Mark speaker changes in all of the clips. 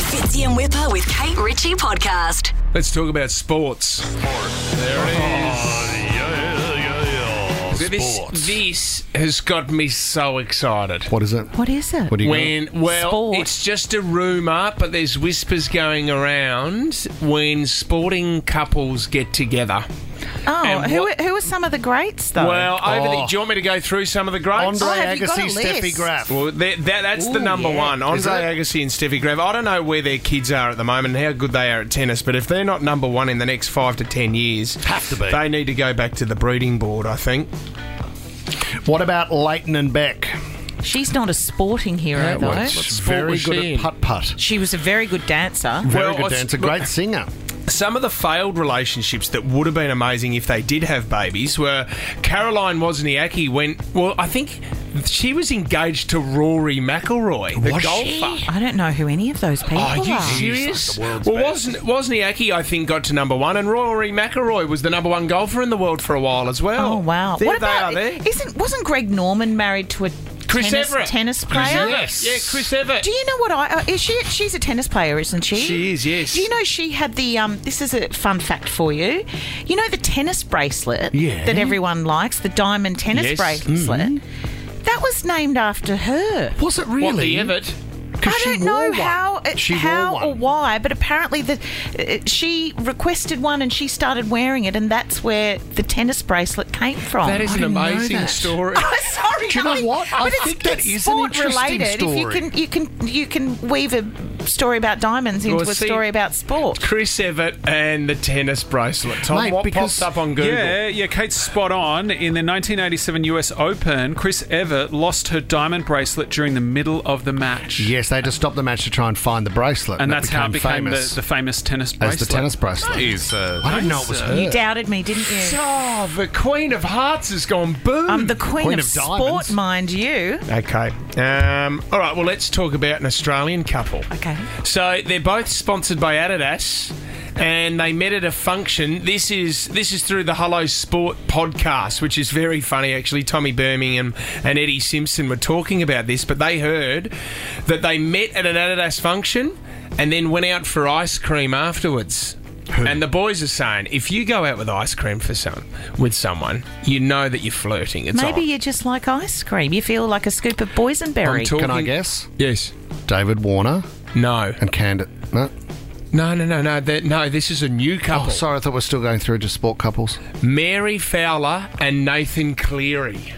Speaker 1: Fitzy and Whipper with Kate Ritchie podcast.
Speaker 2: Let's talk about sports.
Speaker 3: There it is.
Speaker 2: This,
Speaker 3: Sports.
Speaker 2: this has got me so excited.
Speaker 3: What is it?
Speaker 4: What is it?
Speaker 3: What do you
Speaker 2: When well,
Speaker 4: Sport.
Speaker 2: it's just a rumor, but there's whispers going around when sporting couples get together.
Speaker 4: oh,
Speaker 2: and
Speaker 4: who,
Speaker 2: what-
Speaker 4: who are some of the greats though?
Speaker 2: Well, over the,
Speaker 3: Oh.
Speaker 2: do you want me to go through some of the greats?
Speaker 3: Andre
Speaker 4: Oh, have you got a
Speaker 3: Agassi, Steffi
Speaker 4: list?
Speaker 3: Graf.
Speaker 2: Well, that, that, that's the
Speaker 4: Ooh,
Speaker 2: number
Speaker 4: yeah.
Speaker 2: one.
Speaker 3: Is
Speaker 2: Andre
Speaker 3: it?
Speaker 2: Agassi and Steffi Graf. I don't know where their kids are at the moment, and how good they are at tennis, but if they're not number one in the next five to ten years,
Speaker 3: Have to be.
Speaker 2: They need to go back to the breeding board, I think.
Speaker 3: What about Leighton and Beck?
Speaker 4: she's not a sporting hero though.
Speaker 2: well, it's- Sport
Speaker 3: Very
Speaker 2: was
Speaker 3: good
Speaker 2: she
Speaker 3: at
Speaker 2: in?
Speaker 3: putt putt.
Speaker 4: she was a very good dancer.
Speaker 3: Very
Speaker 2: Well, I
Speaker 3: good
Speaker 2: s-
Speaker 3: dancer. Great singer.
Speaker 2: Some of the failed relationships that would have been amazing if they did have babies were Caroline Wozniacki went. Well, I think she was engaged to Rory McIlroy, the
Speaker 3: Was
Speaker 2: golfer.
Speaker 3: she?
Speaker 4: I don't know who any of those people
Speaker 2: Are
Speaker 4: are.
Speaker 2: Oh, you
Speaker 3: He's
Speaker 2: serious?
Speaker 3: like the world's
Speaker 2: well, wasn't Wozniacki? I think got to number one, and Rory McIlroy was the number one golfer in the world for a while as well.
Speaker 4: Oh wow!
Speaker 2: there
Speaker 4: what
Speaker 2: they
Speaker 4: about
Speaker 2: are. There,
Speaker 4: isn't wasn't Greg Norman married to a
Speaker 2: Chris
Speaker 4: tennis,
Speaker 2: Everett.
Speaker 4: tennis player?
Speaker 2: Yes, yeah, Chris Everett.
Speaker 4: Do you know what I uh, is she? She's a tennis player, isn't she?
Speaker 2: She is, yes.
Speaker 4: Do you know she had the? Um, this is a fun fact for you. You know the tennis bracelet
Speaker 3: Yeah.
Speaker 4: that everyone likes, the diamond tennis
Speaker 2: Yes. Mm-hmm.
Speaker 4: bracelet. That was named after her.
Speaker 3: Was it really?
Speaker 2: What the Everett?
Speaker 4: I
Speaker 3: she
Speaker 4: don't
Speaker 3: wore
Speaker 4: know
Speaker 3: one.
Speaker 4: how, it-
Speaker 3: She wore
Speaker 4: how or
Speaker 3: one.
Speaker 4: why, but apparently the, uh, she requested one and she started wearing it, and that's where the tennis bracelet came from. Oh,
Speaker 2: That is
Speaker 3: I
Speaker 2: an
Speaker 3: didn't know
Speaker 2: amazing
Speaker 3: that.
Speaker 2: story.
Speaker 4: Sorry,
Speaker 3: Do you know
Speaker 4: I-
Speaker 3: what? I
Speaker 4: but it's-
Speaker 3: think that
Speaker 4: it's
Speaker 3: is an
Speaker 4: sport
Speaker 3: interesting
Speaker 4: related.
Speaker 3: story.
Speaker 4: If you can, you can, you can weave a story about diamonds into
Speaker 2: Well,
Speaker 4: a
Speaker 2: see-
Speaker 4: story about sport.
Speaker 2: Chris Everett and the tennis bracelet. Tom,
Speaker 3: Mate,
Speaker 2: what
Speaker 3: because-
Speaker 2: pops up on Google?
Speaker 5: Yeah, yeah, Kate's spot on. In the 1987 US Open, Chris Evert lost her diamond bracelet during the middle of the match.
Speaker 3: Yes, they had to stop the match to try and find the bracelet.
Speaker 5: And
Speaker 3: that
Speaker 5: that's how it became the,
Speaker 3: famous
Speaker 5: the famous tennis bracelet.
Speaker 3: as the tennis bracelet.
Speaker 5: Is, uh,
Speaker 3: I didn't know it was
Speaker 5: nice, uh,
Speaker 3: her.
Speaker 4: You doubted me, didn't you?
Speaker 2: Oh, the Queen of Hearts has gone boom.
Speaker 4: I'm the queen,
Speaker 3: Queen
Speaker 4: of,
Speaker 3: of diamonds.
Speaker 4: sport, mind you.
Speaker 2: okay. Um, all right. Well, let's talk about an Australian couple.
Speaker 4: Okay.
Speaker 2: So they're both sponsored by Adidas, and they met at a function. This is this is through the Hello Sport podcast, which is very funny actually. Tommy Birmingham and Eddie Simpson were talking about this, but they heard that they met at an Adidas function and then went out for ice cream afterwards. And the boys are saying, if you go out with ice cream for some with someone, you know that you're flirting. It's
Speaker 4: Maybe
Speaker 2: on.
Speaker 4: you're just like ice cream. You feel like a scoop of boysenberry.
Speaker 2: talking-
Speaker 3: Can I guess?
Speaker 2: yes,
Speaker 3: David Warner
Speaker 2: no,
Speaker 3: and Candid. No?
Speaker 2: no, no, no, no. They're- No, this is a new
Speaker 3: Oh,
Speaker 2: couple.
Speaker 3: sorry, I thought we are still going through to sport couples.
Speaker 2: Mary Fowler and Nathan Cleary.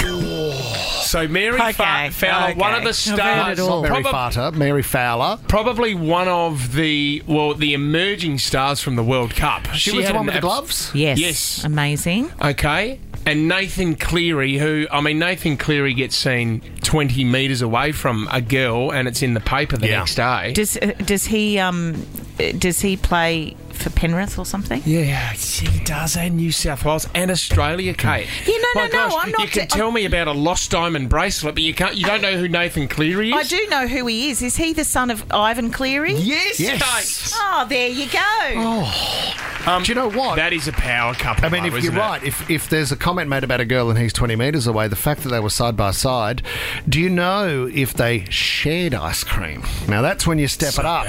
Speaker 2: So Mary Fa-
Speaker 4: Okay,
Speaker 2: Fowler, one
Speaker 4: okay.
Speaker 2: of the
Speaker 4: I've heard
Speaker 2: stars,
Speaker 4: it all.
Speaker 3: Mary
Speaker 2: probab-
Speaker 3: Farter, Mary Fowler.
Speaker 2: probably one of the well, the emerging stars from the World Cup.
Speaker 3: She, was the
Speaker 2: had
Speaker 3: one
Speaker 2: an
Speaker 3: with the
Speaker 2: abs-
Speaker 3: gloves?
Speaker 4: Yes. Um,
Speaker 2: Yes.
Speaker 4: Amazing.
Speaker 2: Okay. And Nathan Cleary, who I mean, Nathan Cleary gets seen twenty meters away from a girl, and it's in the paper the
Speaker 3: Yeah.
Speaker 2: next day.
Speaker 4: Does uh, does he um uh, does he play for Penrith or something?
Speaker 2: Yeah, she does, and New South Wales and Australia, Kate.
Speaker 4: Yeah, no,
Speaker 2: My
Speaker 4: no, no,
Speaker 2: gosh,
Speaker 4: I'm not
Speaker 2: You can
Speaker 4: t-
Speaker 2: tell me about a lost diamond bracelet, but you can't. You don't know who Nathan Cleary is.
Speaker 4: I do know who he is. Is he the son of Ivan Cleary?
Speaker 2: Yes,
Speaker 3: Yes.
Speaker 4: Oh, there you go. Oh.
Speaker 3: Do you know what?
Speaker 2: Kate. That is a power couple.
Speaker 3: I mean,
Speaker 2: though,
Speaker 3: if you're
Speaker 2: isn't it?
Speaker 3: right, if, if there's a comment made about a girl and he's 20 metres away, the fact that they were side by side, do you know if they shared ice cream? Now, that's when you step it up.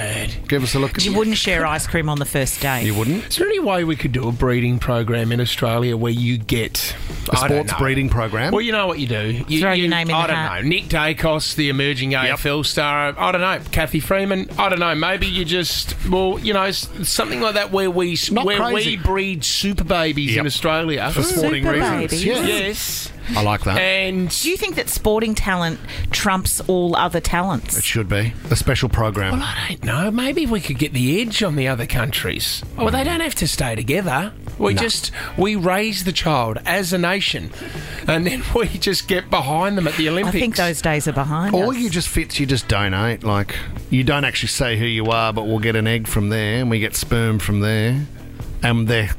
Speaker 3: Give us a look.
Speaker 4: You wouldn't share ice cream on the first date.
Speaker 3: You wouldn't?
Speaker 2: Is there any way we could do a breeding program in Australia where you get
Speaker 3: A
Speaker 2: I don't
Speaker 3: sports
Speaker 2: know.
Speaker 3: breeding program?
Speaker 2: Well, you know what you do. You,
Speaker 4: Throw
Speaker 2: you-
Speaker 4: your name in
Speaker 2: I
Speaker 4: the
Speaker 2: don't
Speaker 4: hat.
Speaker 2: know. Nick Dacos, the emerging AFL star. I don't know. Kathy Freeman. I don't know. Maybe you just well, you know, s- something like that where we
Speaker 3: Not
Speaker 2: where
Speaker 3: crazy.
Speaker 2: we breed super babies in
Speaker 3: Yep.
Speaker 2: Australia
Speaker 3: for sporting
Speaker 4: Super
Speaker 3: reasons.
Speaker 4: babies.
Speaker 3: Yeah.
Speaker 2: Yes,
Speaker 3: I like that.
Speaker 2: and
Speaker 4: Do you think that sporting talent trumps all other
Speaker 3: it
Speaker 4: talents?
Speaker 3: should be a special program.
Speaker 2: well, I don't know. Maybe we could get the edge on the other countries. Well, they don't have to stay together. We just we raise the child as a nation, and then we just get behind them at the
Speaker 4: I
Speaker 2: Olympics.
Speaker 4: think those days are behind
Speaker 3: Or
Speaker 4: us.
Speaker 3: you just fits, you just donate. Like, you don't actually say who you are, but we'll get an egg from there and we get sperm from there. And they're,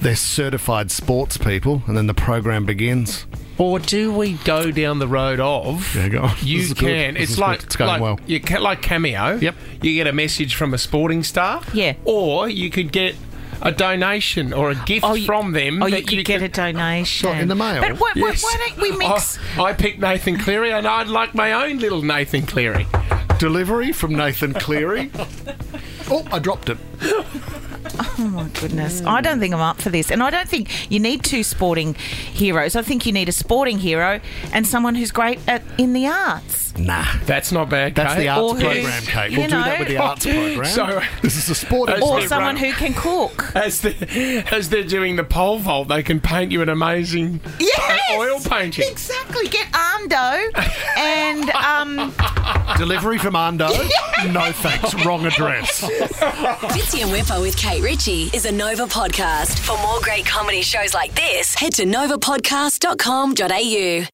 Speaker 3: they're certified sports people, and then the program begins.
Speaker 2: Or do we go down the road of
Speaker 3: Yeah, go on. This
Speaker 2: you
Speaker 3: is good.
Speaker 2: can?
Speaker 3: This
Speaker 2: It's
Speaker 3: is
Speaker 2: like
Speaker 3: good. It's going
Speaker 2: like,
Speaker 3: well.
Speaker 2: You ca like cameo.
Speaker 3: Yep.
Speaker 2: You get a message from a sporting star.
Speaker 4: Yeah.
Speaker 2: Or you could get a donation or a gift
Speaker 4: Oh, you-
Speaker 2: from them.
Speaker 4: Oh,
Speaker 2: that
Speaker 4: you could get a donation
Speaker 3: Got in the mail. Oh.
Speaker 4: But why,
Speaker 2: Yes.
Speaker 4: why, why don't we mix?
Speaker 2: I, I picked Nathan Cleary, and I'd like my own little Nathan Cleary.
Speaker 3: Delivery from Nathan Cleary. Oh, I dropped it.
Speaker 4: My Oh, goodness. I don't think I'm up for this. And I don't think you need two sporting heroes. I think you need a sporting hero and someone who's great at in the arts.
Speaker 3: Nah.
Speaker 2: That's not bad.
Speaker 3: That's
Speaker 2: Kate.
Speaker 3: the arts
Speaker 4: Or who's,
Speaker 3: program, Kate. We'll
Speaker 4: you
Speaker 3: do that
Speaker 4: know-
Speaker 3: with the arts program.
Speaker 2: So-
Speaker 3: this is a sport.
Speaker 2: Or
Speaker 4: Or
Speaker 2: Yeah,
Speaker 4: someone
Speaker 2: right.
Speaker 4: who can cook.
Speaker 2: As, the, as they're doing the pole vault, they can paint you an amazing
Speaker 4: Yes!
Speaker 2: oil painting.
Speaker 4: Exactly. Get Armdo and um,
Speaker 3: Delivery from Ando. no thanks. Wrong address.
Speaker 1: Fitzy and Whipper with Kate Ritchie is a Nova podcast. For more great comedy shows like this, head to novapodcast.com.au.